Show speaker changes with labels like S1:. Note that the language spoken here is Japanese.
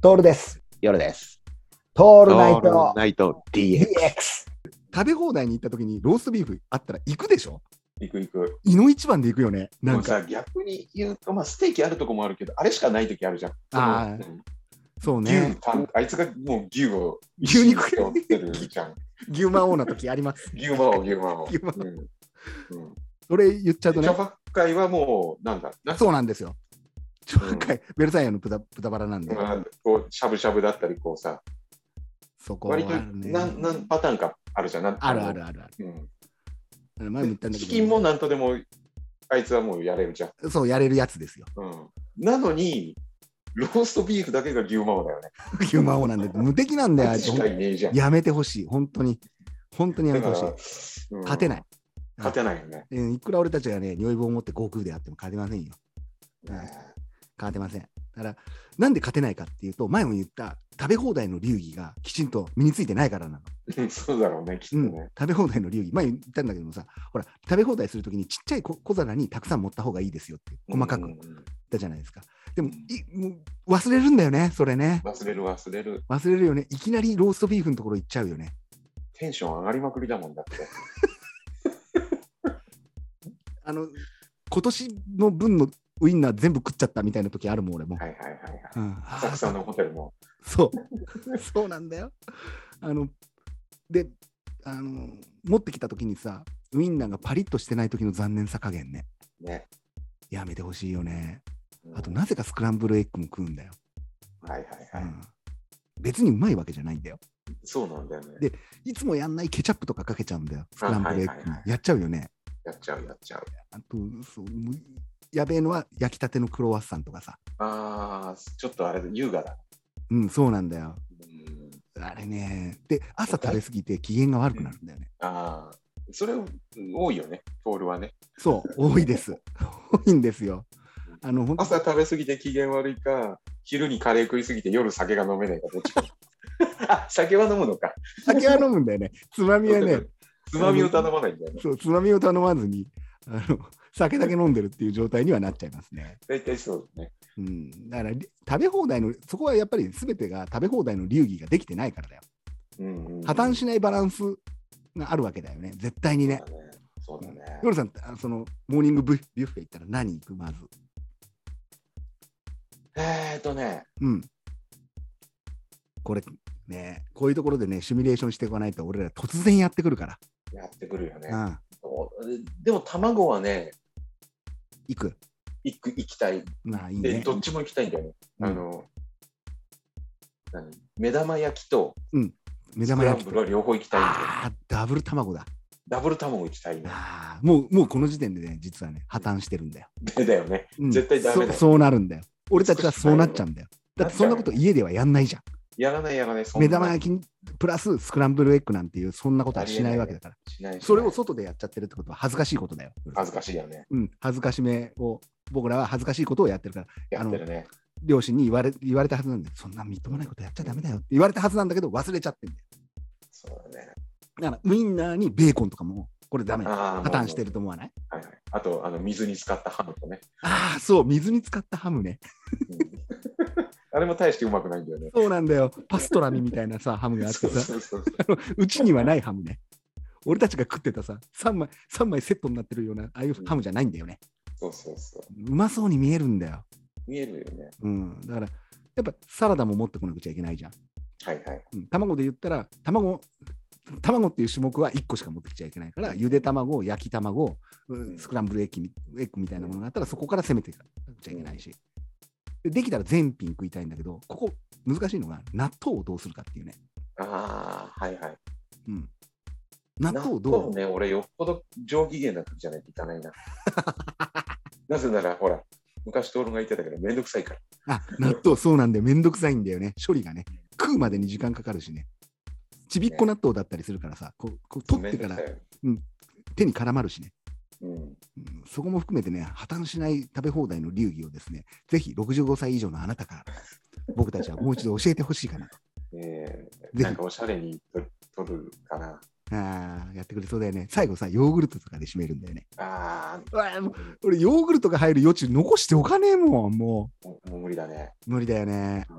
S1: トールです。
S2: 夜です。
S1: ト
S2: オ
S1: ールナイト
S2: ナイト DX。
S1: DX。
S3: 食べ放題に行った時にローストビーフあったら行くでしょ
S4: 行く行く。
S3: 胃の一番で行くよね。な
S4: も
S3: ん
S4: う
S3: か、
S4: さ、逆に言うと、まあ、ステーキあるとこもあるけど、あれしかないときあるじゃん。
S3: あー
S4: その
S3: そう
S4: うん牛
S3: ね。
S4: 単あいつがもう牛を
S3: 牛肉
S4: 取ってるじゃん。
S3: 牛魔王な時あります。
S4: 牛魔王、牛魔王。
S3: 牛魔
S4: うんうん
S3: それ言っちゃうと
S4: で
S3: ね
S4: 茶。ばっかりはもう、なんだ、なん
S3: そうなんですよ。ちょっかい、ベルサイユの豚豚バラなんで、
S4: まあこうしゃぶしゃぶだったり、こうさ、
S3: そこは
S4: 割と
S3: ね。
S4: 何何パターンかあるじゃん。なん
S3: あるあるあるあ
S4: うん
S3: る。前も言ったんだけど、
S4: チキンもなんとでも、あいつはもうやれるじゃん。
S3: そう、やれるやつですよ。
S4: うんなのに、ローストビーフだけが牛魔王だよね。
S3: 牛魔王なんで、無敵なんだよあ
S4: あ
S3: い
S4: い
S3: つ
S4: つしかいねえじゃん。
S3: やめてほしい。本当に。本当にやめ
S4: だ
S3: て
S4: か
S3: ほ
S4: ら
S3: しい。
S4: うん
S3: 勝てない。
S4: 勝てないよね。
S3: うんいくら俺たちがね、如意棒を持って悟空であっても勝てませんよ。うん勝てません。だから、なんで勝てないかっていうと、前も言った食べ放題の流儀がきちんと身についてないからなの。
S4: うん そうだろうね、きっと
S3: うん
S4: ね。
S3: 食べ放題の流儀、前言ったんだけどもさ、ほら、食べ放題するときにちっちゃい小小皿にたくさん持った方がいいですよって、細かく
S4: う
S3: 言っ
S4: ん
S3: たじゃないですか。でもいもう忘れるんだよね、それね。
S4: 忘れる忘れる。
S3: 忘れるよね。いきなりローストビーフのところ行っちゃうよね。
S4: テンション上がりまくりだもんだって。
S3: あの、今年の分のウインナー全部食っちゃったみたいな時あるもん、俺も。
S4: はいはいはいはい。
S3: うん、
S4: 浅草のホテルも。
S3: そう。そうなんだよ。あの、で、あの、持ってきたときにさ、ウインナーがパリッとしてない時の残念さ加減ね。
S4: ね。
S3: やめてほしいよね。
S4: うん
S3: あと、なぜかスクランブルエッグも食うんだよ。
S4: はいはいは
S3: うん別にうまいわけじゃないんだよ。
S4: い。そうなんだよね。
S3: でいつもやんないケチャップとかかけちゃうんだよ。スクランブルエッグに
S4: あはいはいは
S3: やっちゃうよね。
S4: やっちゃうやっちゃう。
S3: あと、そう、むやべえのは焼きたてのクロワッサンとかさ。
S4: ああ、ちょっとあれだ、優雅だ。
S3: うん、そうなんだよ。
S4: うん
S3: あれね。で、朝食べ過ぎて機嫌が悪くなるんだよね。
S4: ああ、それ多いよね、トールはね。
S3: そう、多いです。 多いんですよ。あの、本当
S4: 朝食べ過ぎて機嫌悪いか、昼にカレー食い過ぎて夜酒が飲めないか、ど っちか。あ、酒は飲むのか。
S3: 酒は飲むんだよね。つまみはね、
S4: つまみを頼まないんだよね。
S3: そう、つまみを頼まずに、あの、酒だけ飲んでるっていう状態にはなっちゃいますね。
S4: 大体そうね。
S3: うん。だから、り食べ放題の、そこはやっぱり全てが食べ放題の流儀ができてないからだよ。
S4: うんうんうん
S3: 破綻しないバランスがあるわけだよね。絶対にね。
S4: そうだね。
S3: 夜さん、あその、モーニングブビュッフェ行ったら何行くまず。
S4: えーっとね、
S3: うん。これ、ね、こういうところでね、シミュレーションしていかないと、俺ら突然やってくるから。
S4: やってくるよね
S3: う。ん。
S4: そうでも卵はね、
S3: 行く。
S4: 行く行きたい。
S3: まあいい
S4: で、
S3: ね。
S4: どっちも行きたいんだよね。
S3: うん
S4: あの、何目玉焼きと
S3: 目
S4: ス
S3: 玉
S4: クラン
S3: 焼き
S4: ブルは両方行きたいんだよ。
S3: ああ、ダブル卵だ。
S4: ダブル卵行きたいね。
S3: ああ、もう、もうこの時点でね、実はね、破綻してるんだよ。
S4: だよね。
S3: うん
S4: 絶対ダメだよ
S3: そうそうなるんだよ。俺たちはそうなっちゃうんだよ。だってそんなこと家ではやんないじゃん。
S4: やらないやらない。そんな
S3: 目玉焼きにプラススクランブルエッグなんていう、そんなことはしないわけだから。
S4: しないしない
S3: それを外でやっちゃってるってことは恥ずかしいことだよ。
S4: 恥ずかしいよね。
S3: うん、恥ずかしめを、僕らは恥ずかしいことをやってるから、
S4: やってるね。
S3: 両親に言われ言われたはずなんだよ。そんなみっともないことやっちゃダメだよって言われたはずなんだけど、忘れちゃってんだよ。
S4: そうだね。
S3: だから、ウインナーにベーコンとかも、これダメ。破
S4: あー
S3: 綻してる。と思わない
S4: もうはいはい。あと、あの、水に使ったハムとね。
S3: ああ、そう、水に使ったハムね。
S4: うんあれも大してうまくないんだよね。
S3: そうなんだよ。パストラミみたいな さ、ハムがあって
S4: そう
S3: さ、
S4: そうそう。
S3: うちにはないハムね。俺たちが食ってたさ、3枚、三枚セットになってるような、ああいうハムじゃないんだよね。
S4: そうそうそう。
S3: うまそうに見えるんだよ。
S4: 見えるよね。
S3: うん。だから、やっぱサラダも持ってこなくちゃいけないじゃん。
S4: はいはい。
S3: うん、卵で言ったら、卵、卵っていう種目は1個しか持ってきちゃいけないから、ゆで卵、焼き卵、うんスクランブルエッグみエッグみたいなものがあったら、そこから攻めていかなくちゃいけないし。でできたら全品食いたいんだけど、ここ難しいのが、納豆をどうするかっていうね。
S4: ああ、はいはい。
S3: うん。納豆をど
S4: 納
S3: う
S4: 豆ね、俺よっぽど上機嫌な時じゃないといかない な。なぜなら、ほら、昔トールが言ってたけど、めんどくさいから。
S3: あ、納豆、そうなんだよ。めんどくさいんだよね。処理がね。食うまでに時間かかるしね。ちびっこ納豆だったりするからさ、こうこう取
S4: め
S3: っ
S4: ん
S3: て
S4: ど
S3: か
S4: く
S3: ら
S4: さいよ。
S3: 手に絡まるしね、
S4: うん。
S3: うんそこも含めてね、破綻しない食べ放題の流儀をですね、ぜひ65歳以上のあなたから、僕たちはもう一度教えてほしいかなと。
S4: え
S3: ひ
S4: ー、なんかおしゃれにと取るかな。
S3: あーやってくれそうだよね。最後さ、ヨーグルトとかで締めるんだよね。
S4: あ
S3: うわもう俺、ヨーグルトが入る余地残しておかねえもん、も
S4: あ、もう無理だね。
S3: う。無理だよね。
S4: うん